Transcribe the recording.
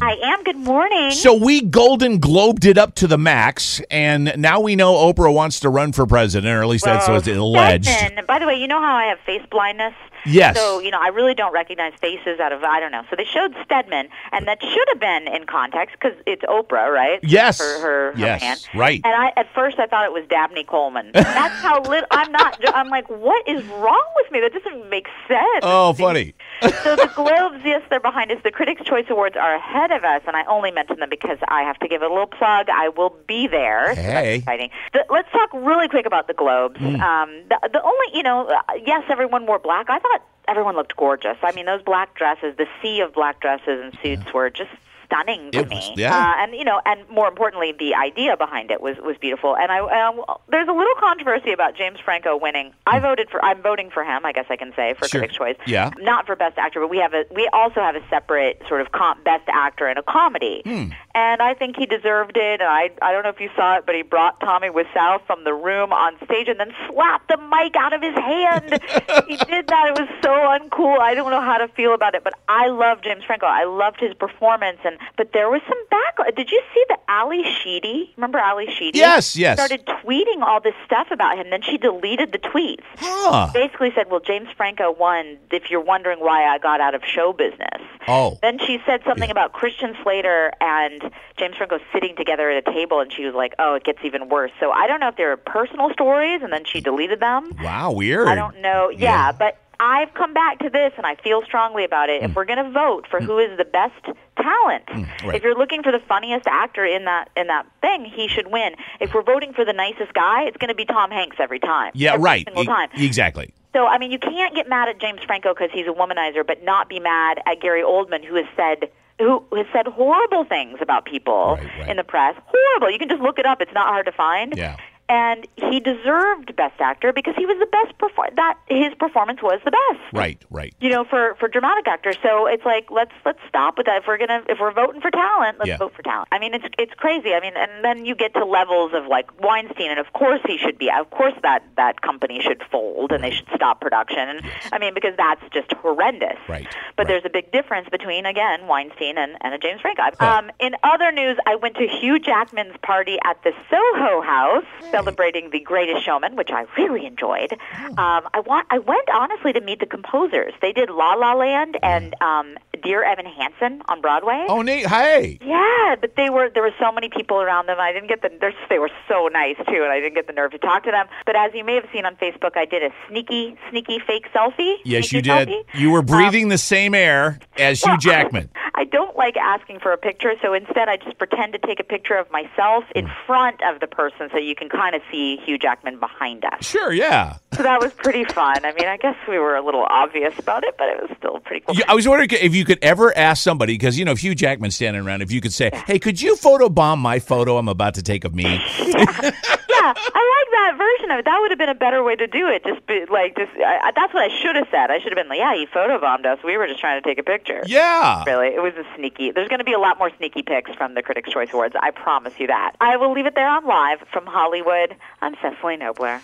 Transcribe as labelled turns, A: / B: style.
A: I am. Good morning.
B: So we Golden Globed it up to the max, and now we know Oprah wants to run for president, or at least that's
A: Well,
B: what's alleged.
A: Stedman- by the way, you know how I have face blindness?
B: Yes.
A: So, you know, I really don't recognize faces out of, I don't know. So they showed Stedman, and that should have been in context because it's Oprah, right?
B: Yes.
A: Her, her, her
B: Yes,
A: man.
B: right.
A: And I, at first I thought it was Dabney Coleman. That's how lit, I'm not, I'm like, what is wrong with me? That doesn't make sense.
B: Oh, funny.
A: so the globes, yes, they're behind us. The Critics' Choice Awards are ahead of us, and I only mention them because I have to give it a little plug. I will be there. So that's
B: Hey. Hmm.
A: exciting. The, let's talk really quick about the globes. Um, the, the only, you know, uh, yes, everyone wore black. I thought everyone looked gorgeous. I mean, those black dresses, the sea of black dresses and suits, were just stunning to
B: It
A: me.
B: was- yeah.
A: Uh, and you know, and more importantly, the idea behind it was was beautiful. And I, and I there's a little controversy about James Franco winning. I voted for. I'm voting for him. I guess I can say for
B: Hmm. Sure.
A: Critics' Choice.
B: Yeah.
A: Not for Best Actor, but we have a we also have a separate sort of comp Best Actor in a comedy.
B: Hmm.
A: And I think he deserved it. And I I don't know if you saw it, but he brought Tommy Wiseau from the room on stage and then slapped the mic out of his hand. he did that. It was so uncool. I don't know how to feel about it, but I love James Franco. I loved his performance. And but there was some backlash. Did you see the Ali Sheedy? Remember Ali Sheedy?
B: Yes, yes.
A: Started tweeting all this stuff about him. Then she deleted the tweets
B: Huh.
A: basically said, "Well, James Franco won. If you're wondering why I got out of show business."
B: Oh.
A: Then she said something about Christian Slater and James Franco sitting together at a table, and she was like, "Oh, it gets even worse." So I don't know if they were personal stories, and then she deleted them.
B: Wow, weird.
A: I don't know. Yeah, but I've come back to this, and I feel strongly about it. If we're going to vote for who is the best talent,
B: Mm. right.
A: if you're looking for the funniest actor in that in that thing, he should win. If we're voting for the nicest guy, it's going to be Tom Hanks every time.
B: Yeah,
A: Every
B: right.
A: Single
B: E-
A: time.
B: exactly.
A: So, I mean, you can't get mad at James Franco because he's a womanizer, but not be mad at Gary Oldman, who has said who has said horrible things about people
B: Right, right.
A: in the press. Horrible. You can just look it up; it's not hard to find.
B: Yeah.
A: And he deserved Best Actor because he was the best. Perfor- that his performance was the best.
B: Right, right.
A: You know, for for dramatic actor. So it's like let's let's stop with that. If we're gonna if we're voting for talent, let's
B: Yeah.
A: vote for talent. I mean, it's it's crazy. I mean, and then you get to levels of like Weinstein, and of course he should be. Of course that that company should fold and they should stop production. And I mean, because that's just horrendous.
B: Right,
A: But
B: right.
A: there's a big difference between again Weinstein and and a James Franco. Um, in other news, I went to Hugh Jackman's party at the Soho House celebrating The Greatest Showman, which I really enjoyed. Um, I want I went honestly to meet the composers. They did La La Land and um, Dear Evan Hansen on Broadway.
B: Oh, Nate, hey.
A: Yeah, but they were there were so many people around them. I didn't get the they're, they were so nice too, and I didn't get the nerve to talk to them. But as you may have seen on Facebook, I did a sneaky, sneaky fake selfie.
B: Yes,
A: sneaky
B: you did.
A: selfie.
B: You were breathing the same air as Hugh
A: Um, Well,
B: Jackman.
A: I don't like asking for a picture, so instead I just pretend to take a picture of myself in front of the person so you can kind of see Hugh Jackman behind us.
B: Sure, yeah.
A: So that was pretty fun. I mean, I guess we were a little obvious about it, but it was still pretty cool.
B: You- I was wondering if you could ever ask somebody, because, you know, if Hugh Jackman's standing around, if you could say, hey, could you photobomb my photo I'm about to take of me?
A: yeah, I like that version of it. That would have been a better way to do it. Just be, like, just I, I- that's what I should have said. I should have been like, yeah, he photobombed us. We were just trying to take a picture.
B: Yeah.
A: Really, it was a sneaky. There's going to be a lot more sneaky picks from the Critics' Choice Awards. I promise you that. I will leave it there on live from Hollywood. I'm Cecily Nobler.